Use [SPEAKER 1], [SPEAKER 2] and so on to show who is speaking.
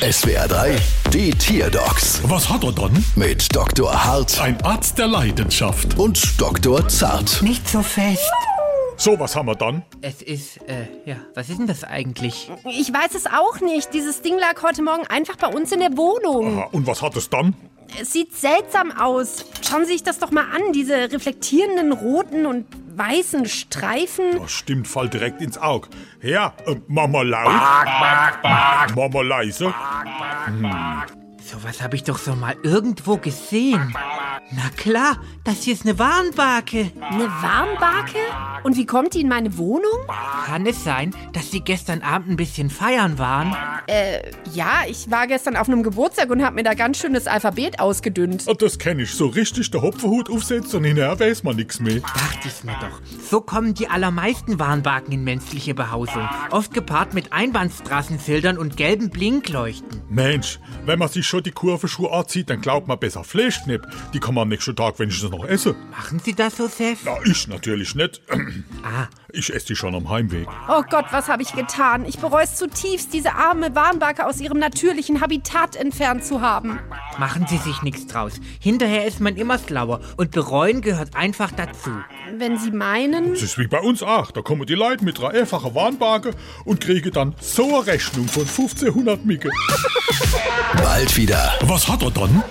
[SPEAKER 1] SWR 3, die Tierdocs
[SPEAKER 2] Was hat er dann?
[SPEAKER 1] mit Dr. Hart
[SPEAKER 2] Ein Arzt der Leidenschaft.
[SPEAKER 1] und Dr. Zart.
[SPEAKER 3] Nicht so fest.
[SPEAKER 2] So, was haben wir dann?
[SPEAKER 4] Es ist, äh, ja, was ist denn das eigentlich?
[SPEAKER 5] Ich weiß es auch nicht. Dieses Ding lag heute Morgen einfach bei uns in der Wohnung.
[SPEAKER 2] Aha, und was hat es dann?
[SPEAKER 5] Es sieht seltsam aus. Schauen Sie sich das doch mal an, diese reflektierenden roten und weißen Streifen.
[SPEAKER 2] Das stimmt, fall direkt ins Auge. Her, äh, Mama laut. Mama leise.
[SPEAKER 4] Sowas habe ich doch so mal irgendwo gesehen. Na klar, das hier ist eine Warnbarke.
[SPEAKER 5] Eine Warmbarke? Und wie kommt die in meine Wohnung?
[SPEAKER 4] Kann es sein, dass Sie gestern Abend ein bisschen feiern waren?
[SPEAKER 5] Ja, ich war gestern auf einem Geburtstag und habe mir da ganz schön das Alphabet ausgedünnt.
[SPEAKER 2] Ah, Das kenne ich so richtig, der Hopferhut aufsetzt und hinterher weiß man nichts mehr.
[SPEAKER 4] Dachte ich mir doch. So kommen die allermeisten Warnbarken in menschliche Behausung. Oft gepaart mit Einbahnstraßenfiltern und gelben Blinkleuchten.
[SPEAKER 2] Mensch, wenn man sich schon die Kurvenschuhe anzieht, dann glaubt man besser Fleischknepp. Die kann man am nächsten Tag wenigstens noch essen.
[SPEAKER 4] Machen Sie das so, Seth?
[SPEAKER 2] Na, ich natürlich nicht.
[SPEAKER 4] Ah,
[SPEAKER 2] Ich esse die schon am Heimweg.
[SPEAKER 5] Oh Gott, was habe ich getan? Ich bereue es zutiefst, diese arme Warmbarke aus ihrem natürlichen Habitat entfernt zu haben.
[SPEAKER 4] machen Sie sich nichts draus. Hinterher ist man immer schlauer und bereuen gehört einfach dazu.
[SPEAKER 5] Wenn Sie meinen.
[SPEAKER 2] Das ist wie bei uns auch. Da kommen die Leute mit einer einfachen Warnbarke und kriegen dann so eine Rechnung von 1500 Micke.
[SPEAKER 1] Bald wieder.
[SPEAKER 2] Was hat er dann?